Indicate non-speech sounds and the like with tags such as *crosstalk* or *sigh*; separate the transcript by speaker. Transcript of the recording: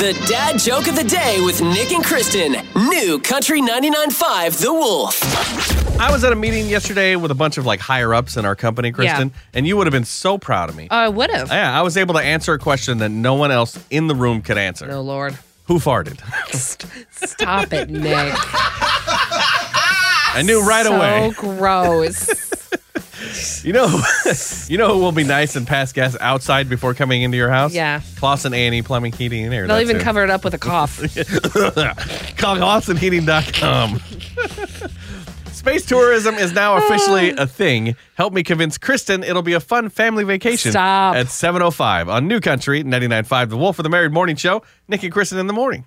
Speaker 1: The dad joke of the day with Nick and Kristen. New Country 99.5 The Wolf.
Speaker 2: I was at a meeting yesterday with a bunch of like higher ups in our company, Kristen, and you would have been so proud of me.
Speaker 3: I would have.
Speaker 2: yeah, I was able to answer a question that no one else in the room could answer.
Speaker 3: Oh Lord,
Speaker 2: Who farted?
Speaker 3: stop it, Nick!
Speaker 2: I knew right
Speaker 3: so
Speaker 2: away. *laughs*
Speaker 3: gross.
Speaker 2: You know, *laughs* you know who will be nice and pass gas outside before coming into your house?
Speaker 3: Yeah.
Speaker 2: Kloss and Annie Plumbing, Heating, and Air.
Speaker 3: They'll
Speaker 2: That's
Speaker 3: even
Speaker 2: who.
Speaker 3: cover it up with a cough.
Speaker 2: Call ClossandHeating.com. *laughs* Space tourism is now officially a thing. Help me convince Kristen it'll be a fun family vacation. oh
Speaker 3: Stop.
Speaker 2: At 7.05 on New Country, 99.5 The Wolf for the Married Morning Show. Nick and Kristen in the morning.